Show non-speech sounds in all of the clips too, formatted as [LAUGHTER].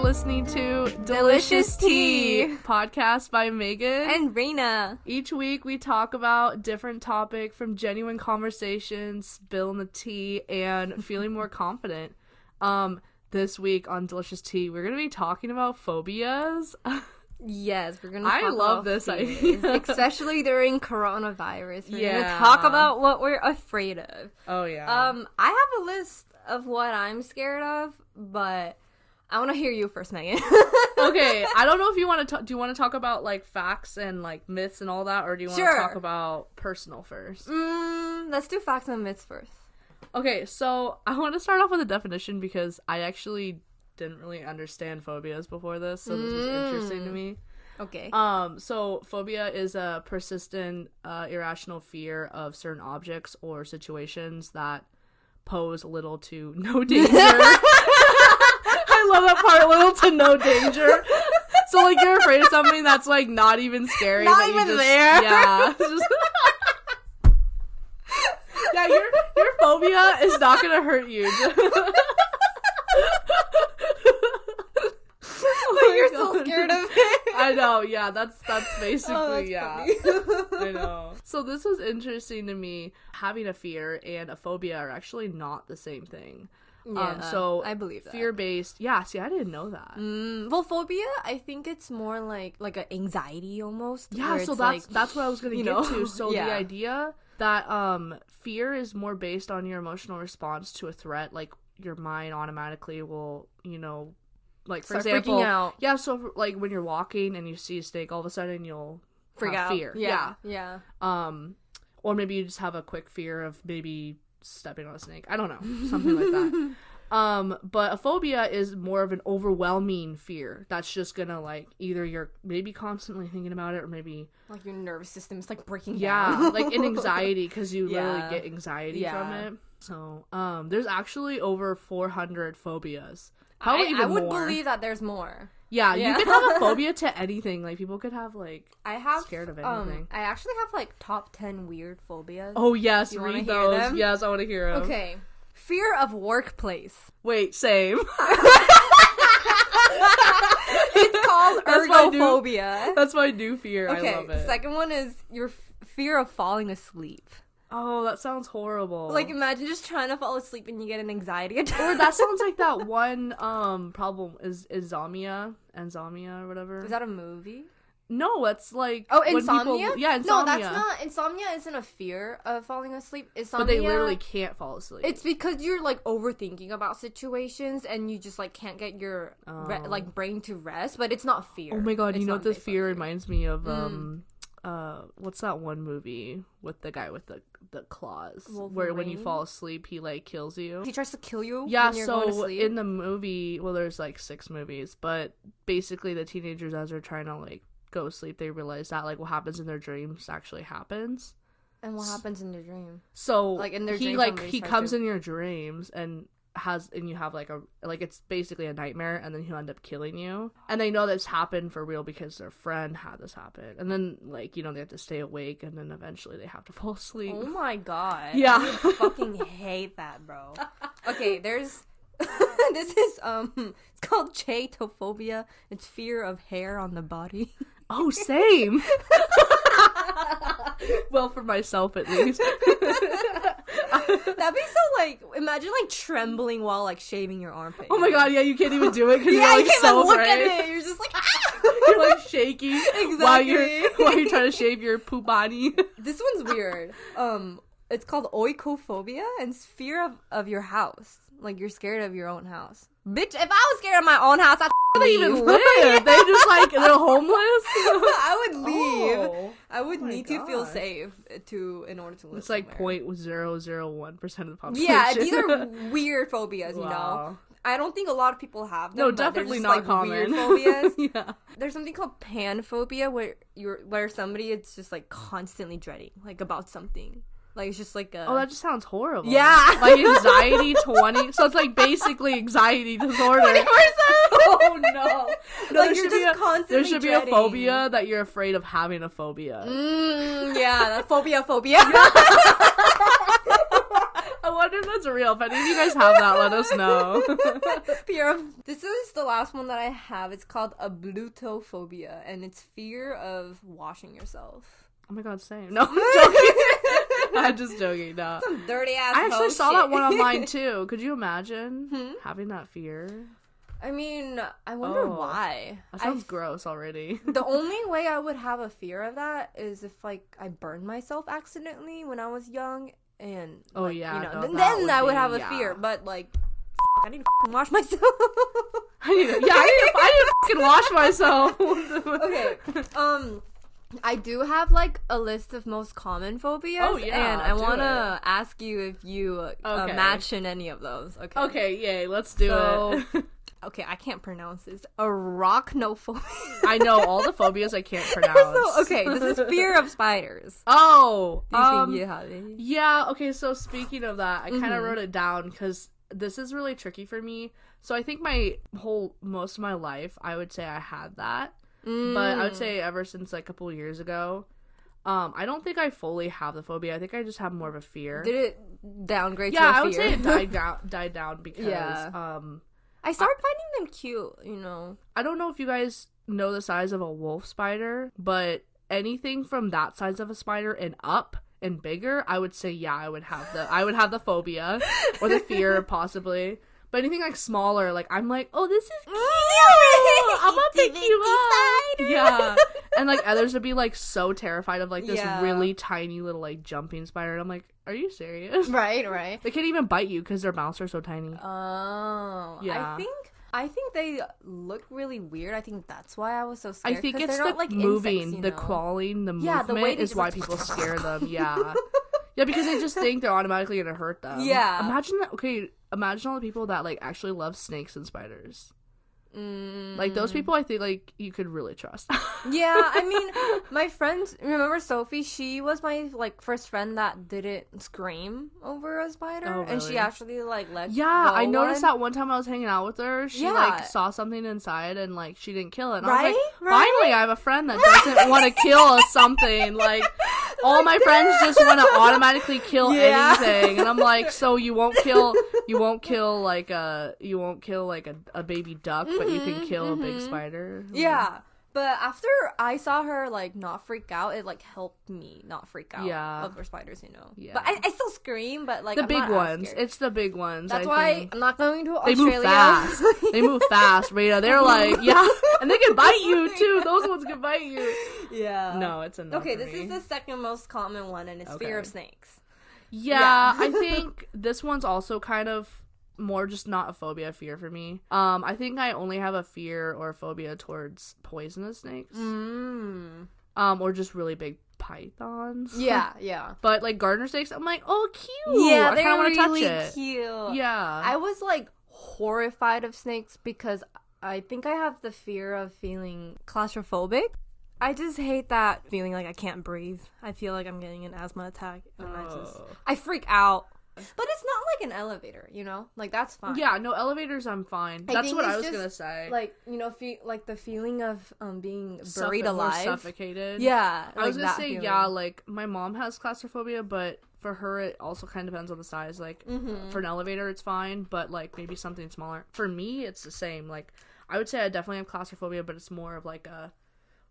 to Delicious, Delicious Tea, Tea. podcast by Megan. [LAUGHS] and Raina. each week we talk about different topic from genuine conversations, spilling the tea, and feeling more confident. Um, this week on Delicious Tea, we're gonna be talking about phobias. Yes, we're gonna. I talk love about this fears, [LAUGHS] idea. especially during coronavirus. We're Yeah. gonna talk about what we're afraid of. oh yeah. Um, I have a list of what I'm scared of, but I want to hear you first, Megan. [LAUGHS] okay, I don't know if you want to talk. Do you want to talk about like facts and like myths and all that, or do you want to Sure. talk about personal first? Mm, let's do facts and myths first. Okay, so I want to start off with a definition because I actually didn't really understand phobias before this, so this was interesting to me. Okay. [LAUGHS] Um, so phobia is a persistent, uh, irrational fear of certain objects or situations that pose little to [LAUGHS] no danger. I love that part, little to no danger. So like you're afraid of something that's like not even scary. Not but you even just- there. Yeah. [LAUGHS] it's just- yeah, your your phobia is not gonna hurt you. [LAUGHS] but you're my so God. scared [LAUGHS] of it. I know, yeah, that's that's basically Oh, that's yeah. [LAUGHS] Um, I know. [LAUGHS] So this was interesting to me. Having a fear and a phobia are actually not the same thing. Um, Yeah, so I believe that. Fear based. Yeah. See, I didn't know that. Mm, well, phobia. I think it's more like like a anxiety almost. Yeah. where So it's that's like, that's what I was gonna you get know? [LAUGHS] to. So the Yeah. idea that um fear is more based on your emotional response to a threat, like your mind automatically will, you know, like for Start freaking example, out. yeah. So like when you're walking and you see a snake, all of a sudden you'll freak have out. fear. Yeah, yeah. um or maybe you just have a quick fear of maybe stepping on a snake i don't know something like [LAUGHS] [LAUGHS] that um but a phobia is more of an overwhelming fear that's just gonna like either you're maybe constantly thinking about it or maybe Like your nervous system is like breaking down. yeah [LAUGHS] like an [LAUGHS] anxiety because you Yeah. literally get anxiety Yeah. from it so um there's actually over 400 phobias I, probably even I would more believe that there's more. yeah, Yeah. you could [LAUGHS] have a phobia to anything like people could have like I have Scared of Um, anything. I actually have like top ten weird phobias. oh yes You wanna read hear those them? yes i want to hear them Okay. Fear of workplace. wait same [LAUGHS] It's [LAUGHS] called That's my new- [LAUGHS] ergophobia. [LAUGHS] That's my new fear. Okay. I love it. Second one is your f- fear of falling asleep. oh, that sounds horrible. Like imagine just trying to fall asleep and you get an anxiety [LAUGHS] attack. or that sounds like that one um problem is insomnia, insomnia or whatever. Is that a movie? no, it's like Oh, when people- insomnia? yeah, insomnia. No, that's not insomnia. Isn't a fear of falling asleep. Insomnia. But they literally can't fall asleep. It's because you're like overthinking about situations and you just like can't get your re- Oh. like brain to rest. But it's not fear. oh my god, It's you know what not this based on fear reminds me Mm. of? Um, uh, what's that one movie with the guy with the the claws where when you Wolverine? fall asleep he like kills you? He tries to kill you. Yeah, when you're going to so sleep. in the movie, well, there's like six movies, but basically the teenagers, as they're trying to like go sleep, they realize that like what happens in their dreams actually happens. and what happens in the [LAUGHS] dream? So Like, in their he dream like somebody he starts comes to- in your dreams and has and you have like a like it's basically a nightmare, and then he'll end up killing you. And they know this happened for real because their friend had this happen, and then like you know they have to stay awake, and then eventually they have to [LAUGHS] fall asleep. Oh my god. Yeah. I would fucking hate that, bro. Okay, there's [LAUGHS] this is um it's called chaetophobia. It's fear of hair on the body. [LAUGHS] [LAUGHS] Oh, same. [LAUGHS] well, for myself at least. That'd be so like imagine like trembling while like shaving your armpit. Oh my god, yeah, you can't even do [LAUGHS] it because Yeah, you're like you can't so even look brave. at it. You're just like ah! [LAUGHS] You're like shaking [LAUGHS] while you're [LAUGHS] Exactly. while you're trying to shave your [LAUGHS] poopani. This one's weird. Um it's called oikophobia and it's fear of, of your house. Like you're scared of your own house. Bitch, if I was scared of my own house, I'd They leave. [LAUGHS] [LAUGHS] even live. They just like they're homeless. I would leave. Oh. I would my need to feel God. safe to in order to live. It's like somewhere. point zero zero one percent of the population. Yeah, these [LAUGHS] are weird phobias. You know, Wow. I don't think a lot of people have them. no, but they're definitely just, not like, common. [LAUGHS] Weird phobias. yeah. There's something called panphobia where you're where somebody it's just like constantly dreading like about something. Like it's just like a Oh, that just sounds horrible. Yeah. Like anxiety [LAUGHS] [LAUGHS] twenty. So it's like basically anxiety disorder. [LAUGHS] Oh no! no Like, there you're should just be a, There constantly should be dreading. a phobia that you're afraid of having a phobia. Mm, yeah, that phobia, phobia. I wonder if that's real. If any of you guys have that, let us [LAUGHS] know. [LAUGHS] Oh fear of this is the last one that I have. It's called ablutophobia, and it's fear of [LAUGHS] washing yourself. oh my god, same. No, [LAUGHS] I'm joking. I'm just joking. No. Some dirty ass. I actually hoe saw shit. that one online too. Could you imagine Hmm? having that fear? [LAUGHS] I mean, I wonder Oh. why. That I sounds gross [LAUGHS] already. [LAUGHS] the only way I would have a fear of that is if like I burned myself accidentally when I was young, and Oh, like, yeah, you know, no, then, that then would I would be- have a yeah. fear. But like, I need to f***ing wash myself. [LAUGHS] [LAUGHS] I need to, yeah, I need to fucking wash myself. [LAUGHS] okay, um. I do have like a list of most common phobias, Oh, yeah, and I do want to ask you if you uh, uh, Okay. match in any of those. Okay. Okay, yay, let's do So- it. Okay. I can't pronounce this. Arachnophobia. [LAUGHS] [LAUGHS] [LAUGHS] I know all the phobias I can't pronounce. So, okay, this is fear of spiders. [LAUGHS] Oh, Do you um, think you have any? Yeah, okay, so speaking of that, I Mm-hmm. kind of wrote it down because this is really tricky for me. So I think my whole, most of my life, I would say I had that. Mm, But I would say ever since like a couple years ago, um, I don't think I fully have the phobia. I think I just have more of a fear. Did it downgrade yeah, to a I would fear? say it died down, died down because Yeah. um, [LAUGHS] I started finding them cute, you know. I don't know if you guys know the size of a wolf spider, but anything from that size of a spider and up and bigger, I would say yeah, I would have the I would have the phobia or the fear possibly. But anything like smaller, like I'm like, oh, this is [LAUGHS] [LAUGHS] I'm gonna pick you up. [LAUGHS] Yeah. And like others would be like so terrified of like this Yeah. really tiny little like jumping spider. And I'm like, are you [LAUGHS] serious? Right, right. They can't even bite you because their mouths are so tiny. Oh, I Yeah. think I think they look really weird. I think that's why I was so I scared. think 'cause it's they're the not like moving, insects, you the know? crawling, the Yeah, the way movement they is just, why [LAUGHS] like, people scare them. Yeah, yeah, because they just think they're automatically gonna hurt them. Yeah. Imagine that. Okay, imagine all the people that like actually love snakes and spiders. Mm. Like those people, I think like you could really trust. [LAUGHS] yeah, [LAUGHS] I mean, my friends. Remember Sophie? She was my like first friend that didn't scream over a spider, Oh, and she really? actually like let. yeah, go I noticed one. that one time I was hanging out with her. She Yeah. like saw something inside and like she didn't kill it. And I was Right? like, Right? finally, I have a friend that doesn't [LAUGHS] want to kill something. Like all my friends just want to automatically kill Yeah. anything, and I'm like, so you won't kill, [LAUGHS] you won't kill like a, you won't kill like a, a baby duck, but you can kill a big spider. Mm-hmm, Yeah. But after I saw her like not freak out, it like helped me not freak out Yeah. over spiders, you know. Yeah. But I, I still scream, but like the I'm big not as ones. scared. It's the big ones. That's I why think. I'm not going to They Australia. move [LAUGHS] fast. [LAUGHS] they move fast, Rita. They're like, yeah, and they can bite you too. Those ones can bite you. yeah. No, it's a no Uh, Okay, for this me. is the second most common one, and it's fear Okay. of snakes. Yeah, Yeah. I think [LAUGHS] this one's also kind of more just not a phobia fear for me. Um, I think I only have a fear or phobia towards poisonous snakes. [LAUGHS] Mm. Um, or just really big pythons. Yeah, yeah. [LAUGHS] But like gardener snakes, I'm like, oh cute. I they're kinda wanna really touch it. cute. Yeah. I was like horrified of snakes because I think I have the fear of feeling claustrophobic. I just hate that feeling like I can't breathe. I feel like I'm getting an asthma attack and I just Oh. I freak out. But it's not like an elevator, you know? Like that's fine. yeah, no elevators I'm fine. That's think what it's I was just, gonna say. Like, you know, fe- like the feeling of um being Suffo- buried or alive. Suffocated. Yeah. I was like gonna that say, feeling. yeah, like my mom has claustrophobia, but for her it also kind of depends on the size. Like Mm-hmm. for an elevator, it's fine, but like maybe something smaller. For me, it's the same. Like I would say I definitely have claustrophobia, but it's more of like a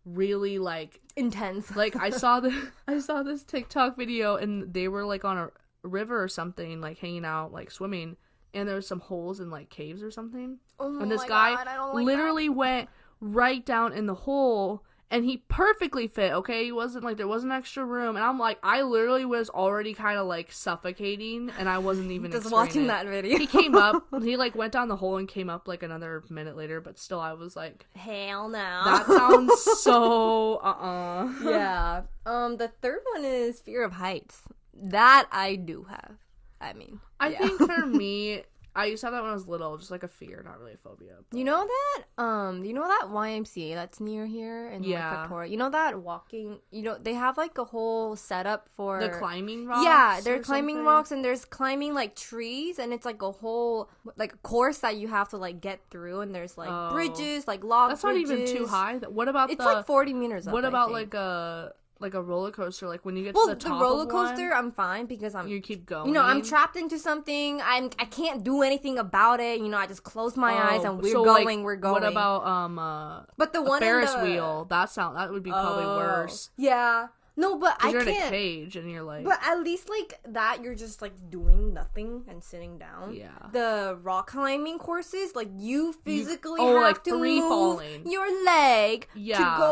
really like Intense. like I saw the [LAUGHS] I saw this TikTok video and they were like on a river or something, like hanging out, like swimming, and there was some holes in like caves or something oh and this my guy God, I don't like that. literally went right down in the hole and he perfectly fit okay he wasn't like there wasn't extra room and i'm like i literally was already kind of like suffocating and i wasn't even just experiencing watching it. that video. he came [LAUGHS] up he like went down the hole and came up like another minute later but still i was [LAUGHS] like Hell no. that sounds so uh-uh yeah. [LAUGHS] Um, the third one is fear of heights. That I do have. I mean, i yeah. think for me i used to have that when i was little just like a fear not really a phobia but- [LAUGHS] you know that. Um, you know that YMCA that's near here in like Yeah. Victoria. You know that walking. You know they have like a whole setup for the climbing rocks Yeah, or they're climbing something? rocks and there's climbing like trees and it's like a whole like a course that you have to like get through and there's like Oh. bridges, like log that's not even too bridges. high what about It's the like 40 meters up. What I about like think. a like a roller coaster. Like when you get Well, to the the, top roller of one, coaster, I'm fine because I'm you keep going. you know, I'm trapped into something. I'm I can't do anything about it. You know, I just close my eyes Oh, and we're so, like, going, we're going. What about um uh, but the one in Ferris the- wheel? That sound that would be probably Oh. worse. Yeah. No, but Because I you're in a can't. cage and you're like, But at least like that, you're just like doing nothing and sitting down. Yeah. The rock climbing courses, like you physically oh, have like to free move falling. your leg Yeah. to go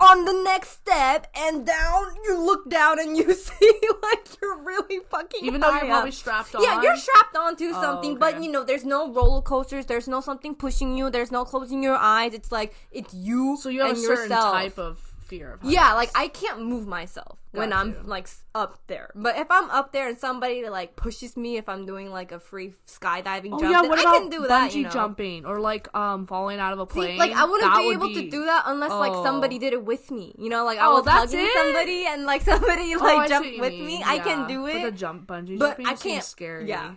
on the next step and down. You look down and you [LAUGHS] see like you're really fucking. even though high you're up. probably strapped on. Yeah, you're strapped onto something, but Oh, okay. you know, there's no roller coasters, there's no something pushing you, there's no closing your eyes. It's like it's you so you have and a certain yourself. type of fear of. heights. yeah, like I can't move myself when Got I'm you. like s- up there. But if I'm up there and somebody like pushes me, if I'm doing like a free skydiving Oh jump, yeah, then what I about can do that. bungee you know? jumping or like um falling out of a plane? See, like I wouldn't That be would able be- to do that unless like Oh. somebody did it with me. You know, like I Oh, was that's hugging it? somebody and like [LAUGHS] Oh, I somebody see like what jumped you with mean. me. I can Yeah. do But it, the jump bungee but jumping I seems can't. Scary. Yeah.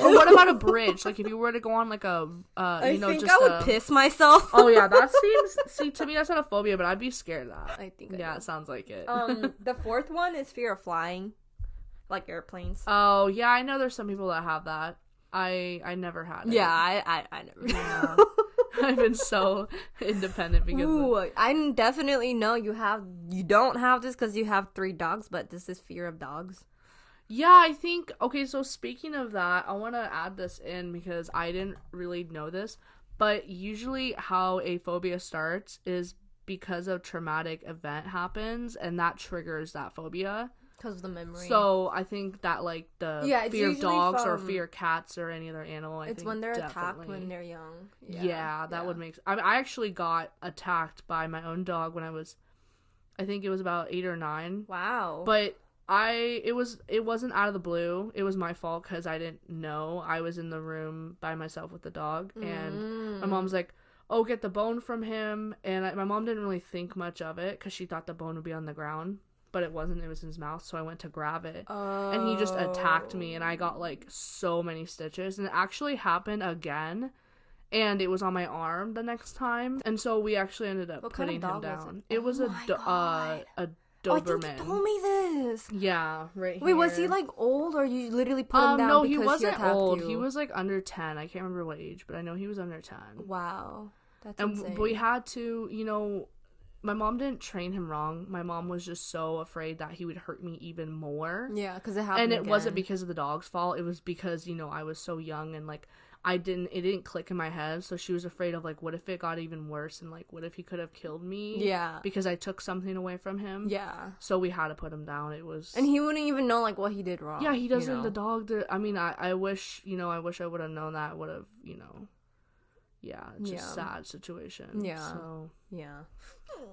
Or [LAUGHS] what about a bridge? Like if you were to go on like a, uh, you I know, think just I would a- piss myself. [LAUGHS] Oh yeah, [LAUGHS] that seems. See, to me that's not a phobia, but I'd be scared of that. I think. I Yeah, yeah. it sounds like it. [LAUGHS] um, the fourth one is fear of flying, like [LAUGHS] airplanes. [LAUGHS] oh yeah, I know there's some people that have that. I I never had. It. yeah, I I, I never. Yeah. [LAUGHS] I've been so [LAUGHS] independent because of- Ooh, I definitely know you have. You don't have this because you have three dogs, but this is fear of dogs. Yeah, I think okay, so speaking of that, I want to add this in because I didn't really know this, but usually how a phobia starts is because a traumatic event happens and that triggers that phobia. Because of the memory. So, I think that like the Yeah, it's fear of usually dogs or from- fear of cats or any other animal, I it's think when they're attacked definitely- when they're young. yeah, that would make. I, mean, I actually got attacked by my own dog when I was, I think it was about eight or nine Wow. but i it was it wasn't out of the blue it was my fault because i didn't know i was in the room by myself with the dog and Mm. my mom's like oh get the bone from him and I, my mom didn't really think much of it because she thought the bone would be on the ground but it wasn't it was in his mouth so i went to grab it Oh. and he just attacked me and i got like so many stitches and it actually happened again and it was on my arm the next time and so we actually ended up What kind putting of dog him was it? down it Oh was a my do- uh, God. a Oh, I doberman think you told me this. yeah, right. Wait, was he here. like old, or you literally put him Um, down? no, he because wasn't attacked old. You? He was like under ten. I can't remember what age, but I know he was under ten. Wow. That's And insane. w- we had to, you know, my mom didn't train him wrong. My mom was just so afraid that he would hurt me even more. Yeah, because it and happened. it wasn't again. because of the dog's fault. It was because you know I was so young and like I didn't. It didn't click in my head. So she was afraid of like, what if it got even worse? And like, what if he could have killed me? Yeah. Because I took something away from him. Yeah. So we had to put him down. It was And he wouldn't even know like what he did wrong. yeah, he you doesn't. know? The dog. Did, I mean, I, I wish you know. I wish I would have known that. Would have you know. Yeah, it's just Yeah. sad situation. Yeah. So, yeah.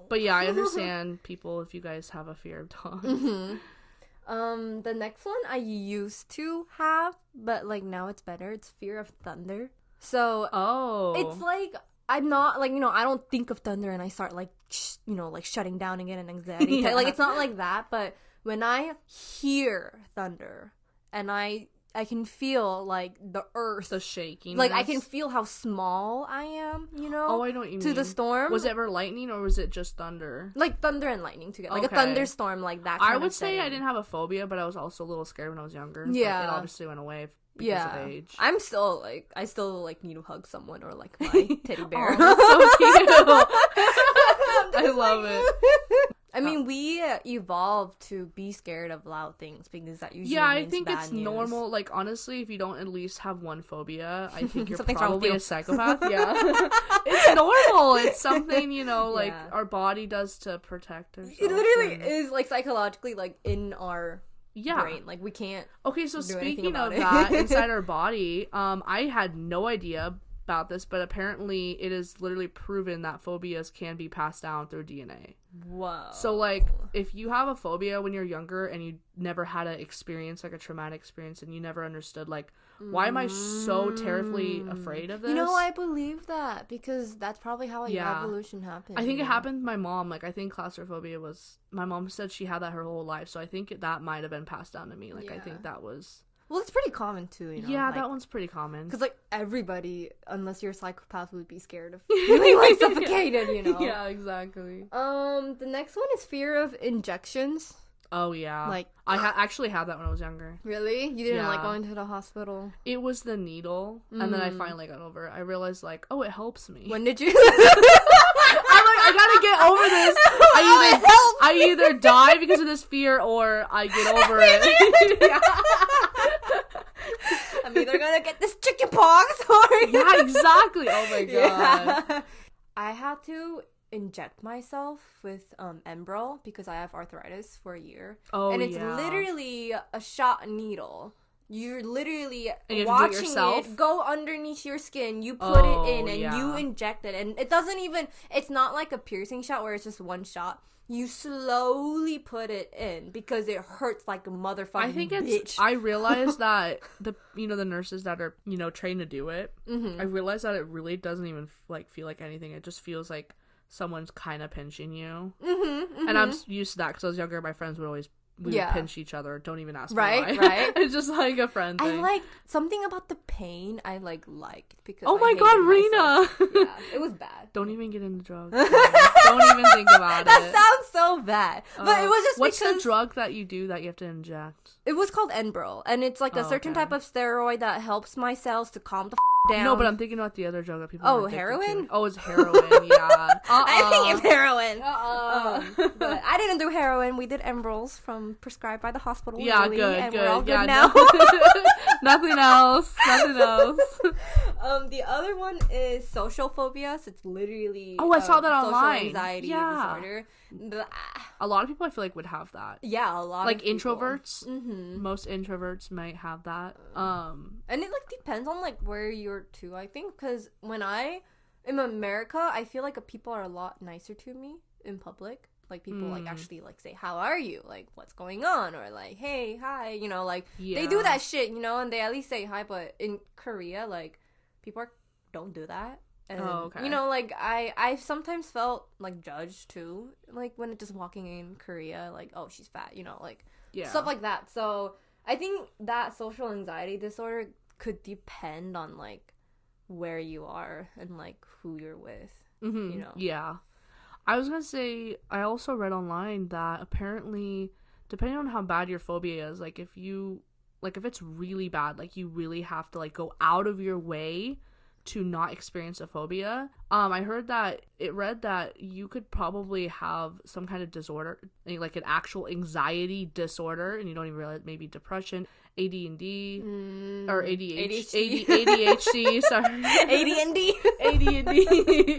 but yeah, I understand people if you guys have a fear of dogs. [LAUGHS] Mm-hmm. Um, the next one I used to have, but like now it's better. It's fear of thunder. So Oh, it's like I'm not like you know I don't think of thunder and I start like sh- you know like shutting down again and [LAUGHS] anxiety. Yeah. Like it's not like that, but when I hear thunder and I I can feel like the earth, the shaking. like I can feel how small I am. You know, Oh, I know what you to the mean. storm. Was it ever lightning or was it just thunder? like thunder and lightning together, like Okay. a thunderstorm, like that? Kind I of would say I setting. didn't have a phobia, but I was also a little scared when I was younger. Like, it Yeah. obviously went away because yeah, of age. I'm still like I still like need to hug someone or like [LAUGHS] my teddy bear. [LAUGHS] Aw, that's so cute. I love it. [LAUGHS] I mean, we evolved to be scared of loud things because that usually Yeah, I means think bad it's news. normal. Like honestly, if you don't at least have one phobia, [LAUGHS] I think you're Something's wrong with probably you. a [LAUGHS] psychopath. Yeah, [LAUGHS] it's normal. It's something you [LAUGHS] know, like Yeah. our body does to protect ourselves. It literally and- is like psychologically like in our yeah. brain. Like we can't. Okay, so do anything speaking about of it. that, inside [LAUGHS] our body, um, I had no idea about this, but apparently it is literally proven that phobias can be passed down through DNA. Whoa. So like if you have a phobia when you're younger and you never had an experience like a traumatic experience and you never understood like why am I so terribly afraid of this? Mm. you know, I believe that because that's probably how your Yeah. evolution happened. I think it you know? happened to my mom. Like I think claustrophobia was my mom said she had that her whole life, so I think that might have been passed down to me. Like I Yeah. think that was Well, it's pretty common too. You know? yeah, that one's pretty common. [LAUGHS] Because like everybody, unless you're a psychopath, would be [LAUGHS] scared of feeling like suffocated. You [LAUGHS] know. Yeah, exactly. Um, the next one is fear of injections. Oh yeah. Like- I ha- actually had that when I was younger. Really? You didn't like Yeah. going to the hospital? It was the needle, and then I finally got over. it. I realized like, oh, it helps me. Mm. When did you? [LAUGHS] I'm like, I gotta get over [LAUGHS] this. I either I either die because of this fear or I get over [LAUGHS] it. I'm either gonna get this chicken pox [LAUGHS] [LAUGHS] or yeah, exactly. Oh my god. [LAUGHS] Yeah. I had to inject myself with um Embril because I have arthritis for a year. Oh, and it's yeah. literally a shot needle. You're literally And you have to do it watching yourself? it go underneath your skin. You put Oh, it in and you yeah. inject it, and it doesn't even. It's not like a piercing shot where it's just one shot. You slowly put it in because it hurts like a motherfucking I think it's. bitch. I [LAUGHS] realized that the you know the nurses that are you know trained to do it. Mm-hmm. I realized that it really doesn't even like feel like anything. It just feels like someone's kind of pinching you. Mhm, mhm. And I'm s- used to that because I was younger. My friends would always we Yeah. would pinch each other. Don't even ask me Right, why. right. [LAUGHS] it's just like a friend I thing. like something about the pain. I like liked because. oh I my hated god, myself. Rena! yeah, it was bad. Don't even get into drugs. [LAUGHS] Don't even think [LAUGHS] about that it. sounds so bad. but Uh, it was just what's because the drug that you do that you have to inject? it was called Enbrel, and it's like a Oh, certain okay. type of steroid that helps my cells to calm the f- down. No, but I'm thinking about the other drug that people. Oh, are addicted heroin? To. Oh, it's heroin. Yeah. Uh-uh. [LAUGHS] [LAUGHS] I think it's heroin. Uh-uh. Um, but I didn't do heroin. We did Enbrels from prescribed by the hospital. yeah, legally, good, and good. We're all yeah, good now. [LAUGHS] no- [LAUGHS] nothing else. Nothing else. [LAUGHS] um, the other one is social phobia. So it's literally Oh, I saw um, that social online. Anxiety Yeah. disorder. Blah. A lot of people, I feel like, would have that. Yeah, a lot Like of people. Mm-hmm. introverts, most introverts might have that. Um, and it like depends on like where you're to i think because when i in america i feel like people are a lot nicer to me in public like people Mm. like actually like say how are you like what's going on or like hey hi you know like they do Yeah. that shit you know and they at least say hi but in korea like people are, don't do that and, Oh, okay. You know, like I, I sometimes felt like judged too, like when just walking in Korea, like oh she's fat, you know, like yeah, stuff like that. So I think that social anxiety disorder could depend on like where you are and like who you're with. Mhm, you know. Yeah, I was gonna say. I also read online that apparently, depending on how bad your phobia is, like if you like if it's really bad, like you really have to like go out of your way to not experience a phobia. Um, I heard that it read that you could probably have some kind of disorder, eh, like an actual anxiety disorder, and you don't even realize maybe depression, AD&D, [LAUGHS] or Mm, ADHD, ADHD. ADHD, [LAUGHS] sorry, ADND. [LAUGHS]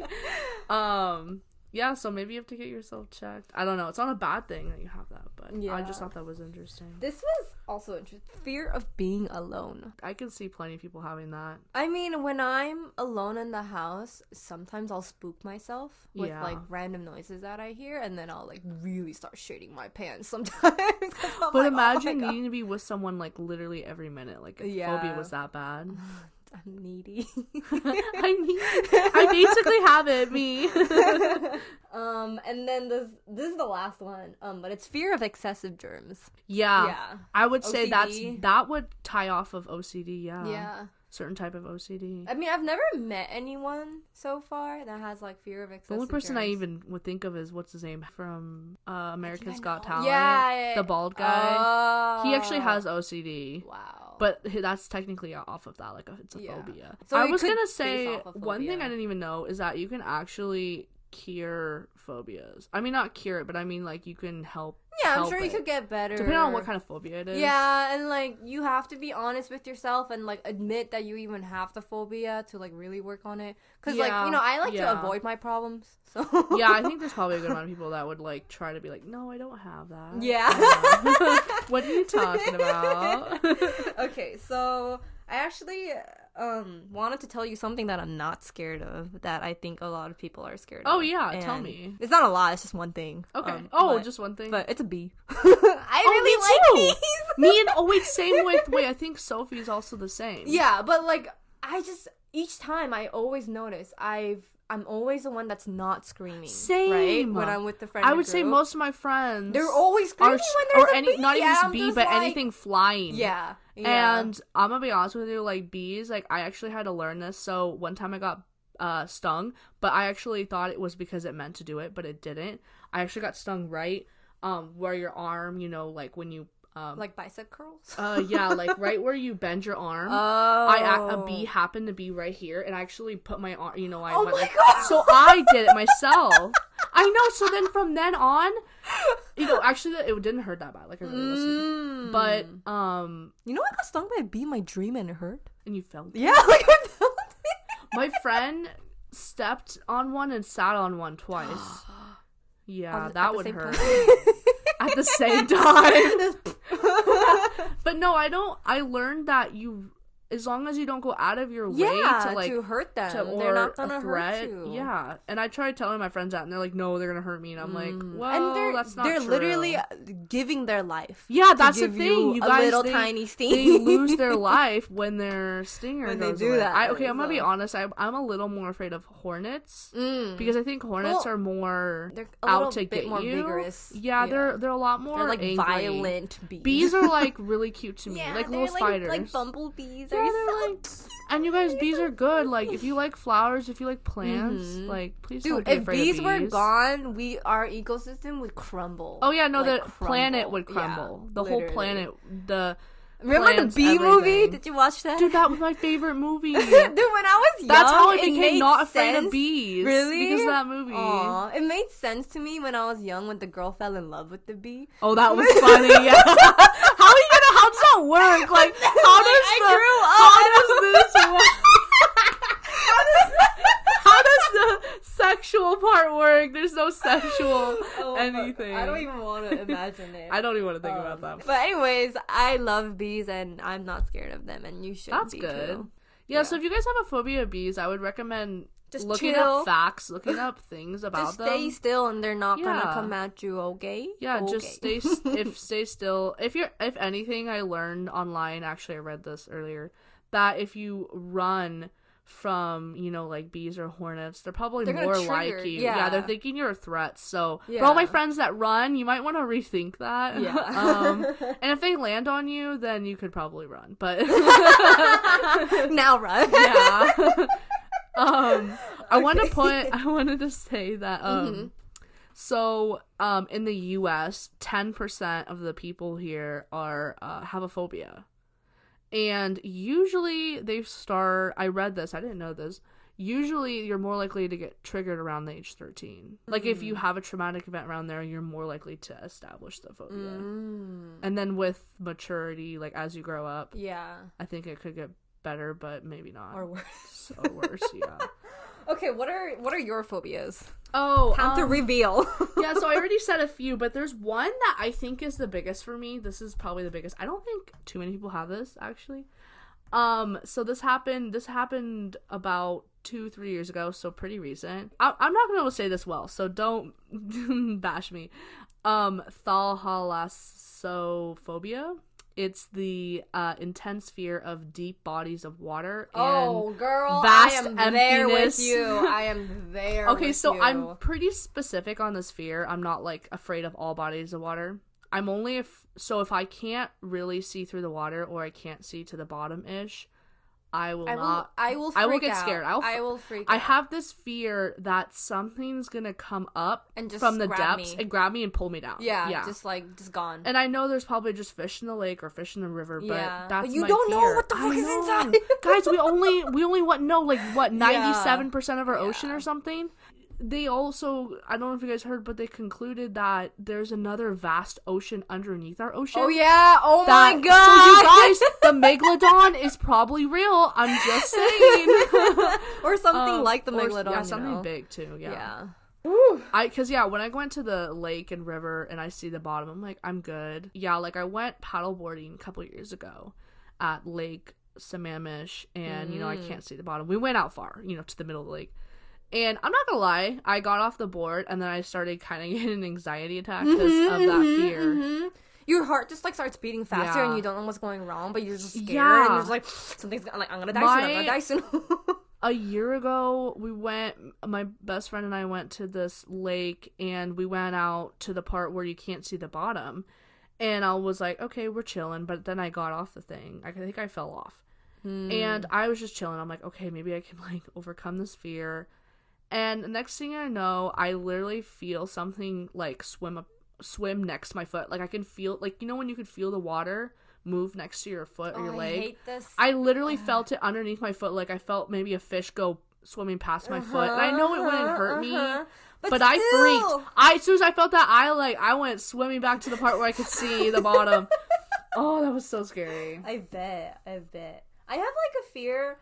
ADD. [LAUGHS] um, yeah, so maybe you have to get yourself checked. I don't know. It's not a bad thing that you have that, but I Yeah. just thought that was interesting. this was also interesting. Fear of being alone. I can see plenty of people having that. I mean, when I'm alone in the house, sometimes I'll spook myself with Yeah. like random noises that I hear, and then I'll like really start shitting my pants sometimes. [LAUGHS] 'Cause I'm But like, "Oh my imagine God, needing to be with someone like literally every minute. Like if phobia Yeah. was that bad. [LAUGHS] [LAUGHS] I'm needy. [LAUGHS] I mean, I basically have it. Me. [LAUGHS] Um, and then this this is the last one. Um, but it's fear of excessive germs. yeah. Yeah. I would say that's OCD. that would tie off of OCD. Yeah. Yeah. Certain type of OCD. I mean, I've never met anyone so far that has like fear of excessive. The only person I germs. even would think of is what's his name from uh, America's I Got know. Talent. Yeah. the bald guy. he actually Oh. has OCD, Wow. but h- that's technically off of that. Like it's a Yeah. phobia. So I it was could gonna base say off of one thing phobia. I didn't even know is that you can actually cure phobias. I mean, not cure it, but I mean like you can help. yeah, I'm help sure you it. could get better. Depending on what kind of phobia it is. Yeah, and like you have to be honest with yourself and like admit that you even have the phobia to like really work on it. Cause like Yeah. you know I like to Yeah. avoid my problems. So Yeah, [LAUGHS] I think there's probably a good amount of people that would like try to be like, no, I don't have that. yeah. [LAUGHS] what are you talking about? [LAUGHS] okay, so I actually um wanted to tell you something that I'm not scared of that I think a lot of people are scared of. Oh, yeah, tell And me. It's not a lot, it's just one thing. okay. Um, oh, but, just one thing. Oh, but it's a bee. [LAUGHS] I really me like too. bees. [LAUGHS] me and oh wait, same with wait. I think Sophie's also the same. Yeah, but like I just each time I always notice I've I'm always the one that's not screaming. Right? Same. When I'm with the friend. I or would say group. most of my friends They're always are screaming when there's or a any bee. not even and just I'm bee, just but like- anything flying. Yeah. yeah. And I'm gonna be honest with you, like bees, like I actually had to learn this. So one time I got uh stung, but I actually thought it was because it meant to do it, but it didn't. I actually got stung right, um, where your arm, you know, like when you, um, like bicep curls. uh, yeah, like right where you bend your [LAUGHS] arm. oh. I ac- a bee happened to be right here, and I actually put my arm. You know, I Oh went my like God! [LAUGHS] so. I did it myself. I know. So then from then on, you know, actually it didn't hurt that bad. Like I really listened, Mm. but um, you know, I got stung by a bee in my dream and it hurt. and you fell. Yeah, [LAUGHS] like I felt it. My friend stepped on one and sat on one twice. [GASPS] Yeah, At the- at that the would same [LAUGHS] hurt. time. At the same time. [LAUGHS] But no, I don't. I learned that you, as long as you don't go out of your way yeah, to like to hurt them, to, or they're not a gonna threat. hurt you. Yeah, and I tried telling my friends that, and they're like, "No, they're gonna hurt me," and I'm like, "Well, Mm. and they're that's not they're true." literally uh, giving their life. yeah, to that's the give thing. You, a guys, little they, tiny sting. they lose [LAUGHS] their life when their stinger When they goes do away. that, I, okay, I'm gonna be so- honest. I, I'm a little more afraid of hornets Mm. because I think hornets Well, are more they're a out little to bit get more you. vigorous. Yeah, Yeah. they're they're a lot more they're like angry. violent bees. Bees are [LAUGHS] like really cute to me, yeah, like they're little spiders. like bumblebees. Yeah, they're they're so like- cute. and you guys, bees are good. Like if you [LAUGHS] like flowers, if you like plants, like please don't Mm-hmm. Dude, be if afraid of bees were bees. gone, we our ecosystem would crumble. Oh yeah, no, Like, the planet would crumble. Yeah, crumble. the whole literally. planet. The Remember plants, the bee movie? everything. Did you watch that? dude, that was my favorite movie. [LAUGHS] Dude, That's when I was young, how I it became made not afraid sense. of bees. Really? Because of that movie. Aw, it made sense to me when I was young when the girl fell in love with [LAUGHS] the bee. Oh, that [LAUGHS] was funny. [LAUGHS] Yeah. how are you gonna? How does that [LAUGHS] work? Like, how does I the, grew up, How I does this work? How does [LAUGHS] How does the sexual part work? There's no [LAUGHS] sexual anything. Oh I don't even want to [LAUGHS] imagine it. I don't even want to think about Um, that. But anyways, I love bees and I'm not scared of them, and you should. That's be good. Too. Yeah, so if you guys have a phobia of bees, I would recommend Just looking chill. up facts, looking up things about [LAUGHS] Just them. stay still, and they're not Yeah. gonna come at you. Okay. yeah, okay. just stay s- [LAUGHS] if stay still. If you're if anything I learned online, actually I read this earlier, that if you run from, you know, like bees or hornets, they're probably They're gonna more trigger, like you. yeah. they're thinking you're a threat. So for all my Yeah. friends that run, you might want to rethink that. [LAUGHS] Yeah. um and if they land on you, then you could probably run. [LAUGHS] But [LAUGHS] now run. yeah. um, I want to put. I wanted to say that. Um, so um, in the U.S., ten percent of the people here are uh, have a phobia, and usually they start. I read this. I didn't know this. Usually, you're more likely to get triggered around the age 13. Like, if you have a traumatic event around there, you're more likely to establish the phobia. Mm. And then with maturity, like as you grow up, Yeah. I think it could get better, but maybe not Or worse. so worse, yeah. Okay, what are what are your phobias? [LAUGHS] Oh, Time to um, reveal. yeah. So [LAUGHS] I already said a few, but there's one that I think is the biggest for me. This is probably the biggest. I don't think too many people have this actually. Um, so this happened. This happened about two, three years ago, so pretty recent. I- I'm not gonna be able to say this well, so don't [LAUGHS] bash me. Um, thalhalasophobia. It's the uh, intense fear of deep bodies of water. and [LAUGHS] oh, girl, vast I am there with emptiness. you. I am there. Okay, with so you. I'm pretty specific on this fear. I'm not like afraid of all bodies of water. I'm only if so if I can't really see through the water or I can't see to the bottom ish, I will I will. not. I will. Freak I will get out. scared. I'll fr- I will freak. I out. have this fear that something's gonna come up And just from the grab depths me. and grab me and pull me down. Yeah, Just like just gone. and I know there's probably just fish in the lake or fish in the river, but Yeah. that's But you my don't know fear. what the I fuck is know. inside. [LAUGHS] guys. We only we only what know like what ninety seven percent of our ocean Yeah. or something. They also I don't know if you guys heard, but they concluded that there's another vast ocean underneath our ocean. oh yeah. Oh That, my god. So [LAUGHS] you guys, the megalodon is probably real. I'm [LAUGHS] just saying. [LAUGHS] or something Um, like the or- megalodon. yeah, you something know? big too. Yeah. I because yeah, when I went to the lake and river and I see the bottom, I'm like, I'm good. Yeah, like I went paddleboarding a couple years ago at Lake Sammamish, and you know I can't see the bottom. We went out far, you know, to the middle of the lake. And I'm not gonna lie, I got off the board and then I started kind of [LAUGHS] getting an anxiety attack because of that fear. Mhm. Mm-hmm, Your heart just like starts beating faster, Yeah. and you don't know what's going wrong, but you're just scared, and [GASPS] Yeah. you're just like something's gonna, like I'm gonna die soon. [LAUGHS] I'm My- Mm. gonna die soon. a year ago we went my best friend and i went to this lake and we went out to the part where you can't see the bottom and i was like okay we're chilling but then i got off the thing i think i fell off Mm. and i was just chilling i'm like okay maybe i can like overcome this fear and the next thing i know i literally feel something like swim up swim next to my foot like i can feel like you know when you could feel the water move next to your foot or your leg Oh, I hate this. I literally Uh-huh. felt it underneath my foot. Like I felt maybe a fish go swimming past my foot. And I know it Uh-huh, wouldn't hurt me, but, I freaked. I as soon as I felt that, I like I went swimming back to the part where I could see the [LAUGHS] bottom. oh, that was so scary. I bet. I bet. I have like a fear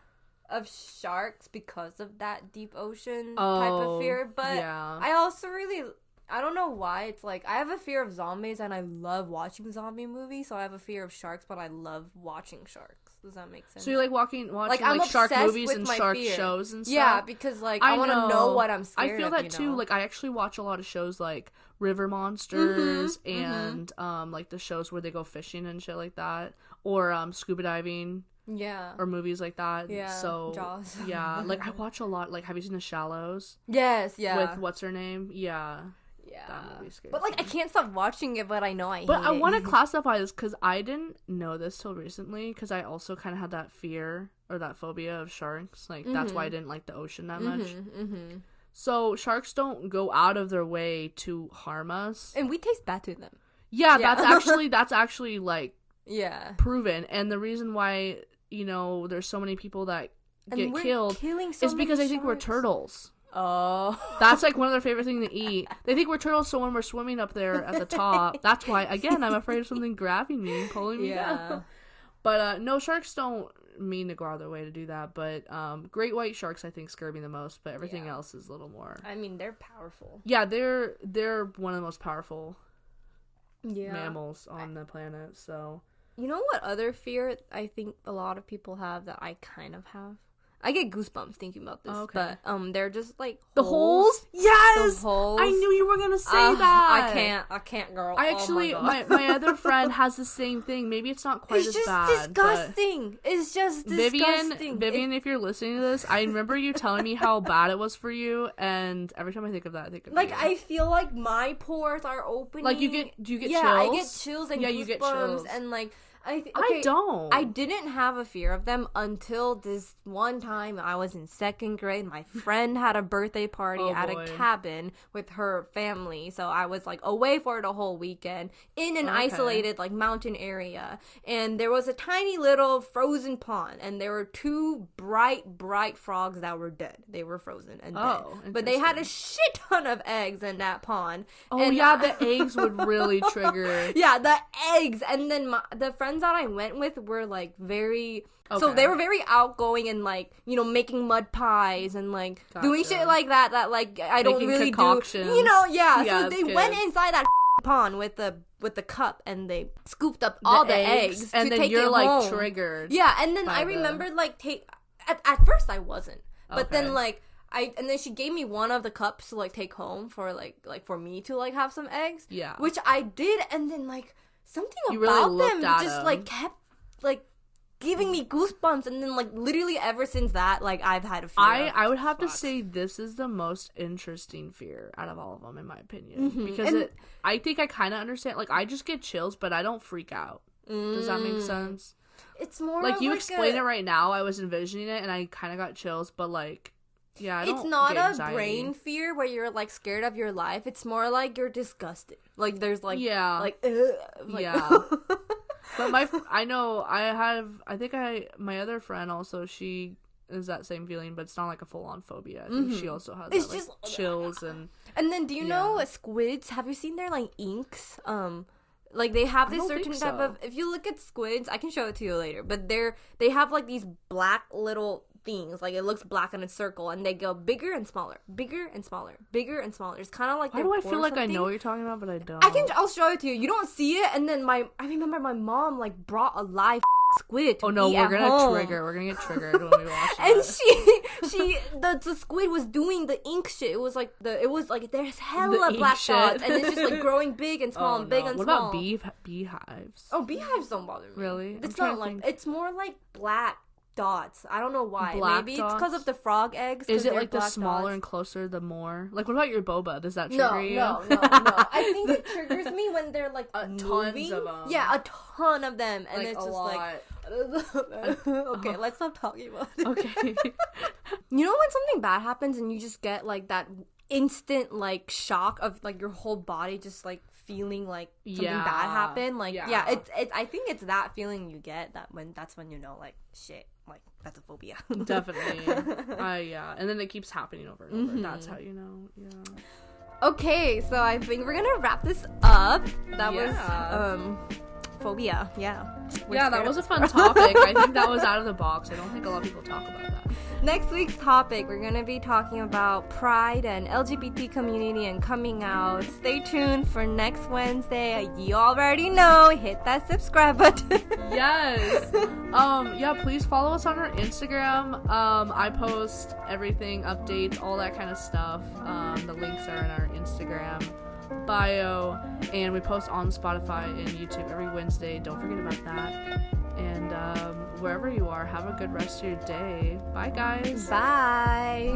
of sharks because of that deep ocean type Oh, of fear, but yeah. I also really I don't know why it's like I have a fear of zombies and I love watching zombie movies, so I have a fear of sharks, but I love watching sharks. Does that make sense? So you're like walking, watching like, I'm shark obsessed movies with and my shark fear. shows and stuff. yeah, because like I, want to know what I'm scared I feel of, that you too. know? Mm-hmm, Like I actually watch a lot of shows like River Monsters and um like the shows where they go fishing and shit like that, or um scuba diving. yeah. or movies like that. Yeah, So Jaws. [LAUGHS] [LAUGHS] yeah, like I watch a lot. Like, have you seen The Shallows Yes, yeah. with what's her name? Yeah, yeah. that movie scares But like I can't stop watching it, but I know I but hate I it. [LAUGHS] want to classify this because I didn't know this till recently. Because I also kind of had that fear or that phobia of sharks. Like that's why I didn't like the ocean that much. mm-hmm. So sharks don't go out of their way to harm us. And we taste bad to them. Yeah, Yeah. that's [LAUGHS] actually that's actually like Yeah. proven. And the reason why you know there's so many people that And get we're killed killing so is because many they think we're sharks. turtles. [LAUGHS] Oh. That's like one of their favorite things to eat. They think we're turtles, so when we're swimming up there at the top, that's why. Again, I'm afraid of something grabbing me and pulling me yeah. down. But uh, no, sharks don't mean to go out of their way to do that. But um, great white sharks, I think, scare me the most. But everything Yeah. else is a little more. I mean, they're powerful. Yeah, they're they're one of the most powerful Yeah. mammals on the planet. So You know what other fear I think a lot of people have that I kind of have? I get goosebumps thinking about this, Okay. but um, they're just like the holes, yes, holes. I knew you were gonna say Ugh, that. I can't. I can't, girl. I actually, oh my, my, God. my, other friend has the same thing. Maybe it's not quite It's as just bad. but- disgusting. It's just disgusting. Vivian, It- Vivian, if you're listening to this, I remember you telling me how bad it was for you, and every time I think of that, I think of like you. I feel like my pores are opening. like you get do you get yeah, chills? I get chills and Yeah, goosebumps you get chills. and like I th- I okay, don't. I didn't have a fear of them until this one time I was in second grade. My friend had a birthday party Oh, at boy. a cabin with her family. So I was like away for the whole weekend in an Okay. isolated like mountain area. And there was a tiny little frozen pond and there were two bright, bright frogs that were dead. They were frozen and Oh, dead. But they had a shit ton of eggs in that pond. Oh and yeah, the eggs would [LAUGHS] really trigger. yeah, the eggs, and then my, the friends that I went with were like very. So Okay. they were very outgoing and like you know making mud pies and like doing Gotcha. shit like that that like I don't Making really do. You concoctions. know, Yeah, yeah. so that's they went good. inside that [LAUGHS] pond with the with the cup and they scooped up all the eggs, and to then take you're it like home. triggered. Yeah, and then by I the- remembered like take at, at first I wasn't, Okay. but then like I and then she gave me one of the cups to like take home for like like for me to like have some eggs. Yeah. which I did, and then like something You really about looked them at just them. like kept like giving me goosebumps, and then like literally ever since that like I've had a fear. I, of I would have to frogs. say this is the most interesting fear out of all of them in my opinion because Mm-hmm. and- it, I think I kind of understand like I just get chills but I don't freak out. Does that Mm. make sense? it's more like of, you like explain a- it right now i was envisioning it and i kind of got chills but like yeah I It's don't not get a anxiety. brain fear where you're like scared of your life. It's more like you're disgusted. Like there's like Yeah. like, ugh, like [LAUGHS] oh, Yeah. but my i know i have i think i my other friend also she is that same feeling but it's not like a full-on phobia i think she also has Mm-hmm. It's that, like, just- chills [SIGHS] and And then, do you Yeah. know squids? Have you seen their like inks? Um, like they have this don't certain think type so. of. If you look at squids, I can show it to you later. But they're they have like these black little things. Like it looks black in a circle, and they go bigger and smaller, bigger and smaller, bigger and smaller. It's kind of like. why their do i pores feel like i something. know what you're talking about but i don't I can. I'll show it to you. You don't see it, and then my. I remember my mom like brought a live [LAUGHS] squid. To oh no eat we're at gonna home. trigger we're gonna get triggered when we watch [LAUGHS] [LAUGHS] And that. she, she, the, the squid was doing the ink shit. It was like the, it was like there's hella ink black shit. dots, and it's [LAUGHS] just like growing big and small Oh, and big no. and what small. about bee beehives Oh, beehives don't bother me. Really? I'm It's trying not to like think. it's more like black dots. I don't know why. Black Maybe it's because dots? of the frog eggs. 'cause Is it they're like the black smaller dots. and closer the more? Like what about your boba? Does that trigger No, you? no, no, no. I think it triggers me when they're like Uh, tons moving. of 'em. Yeah, a ton of them, and Like, it's a just lot. like, [LAUGHS] okay, let's stop talking [LAUGHS] about it. [LAUGHS] okay. [LAUGHS] You know when something bad happens and you just get like that instant like shock of like your whole body just like feeling like something Yeah. bad happened. Like yeah, Yeah. it's it's I think it's that feeling you get that when that's when you know like shit, like that's a phobia. [LAUGHS] Definitely. Uh, yeah. And then it keeps happening over and over. That's how you know. Yeah. okay, so I think we're gonna wrap this up. That Yeah. was um phobia. Yeah. We're yeah, that scared was a of- fun topic. I think that was out of the box. I don't think a lot of people talk about that. Next week's topic, we're going to be talking about pride and LGBT community and coming out. Stay tuned for next Wednesday. You already know, hit that subscribe button. [LAUGHS] yes um yeah please follow us on our instagram um i post everything updates all that kind of stuff um the links are in our instagram bio and we post on spotify and youtube every wednesday don't forget about that and um wherever you are have a good rest of your day bye guys Bye.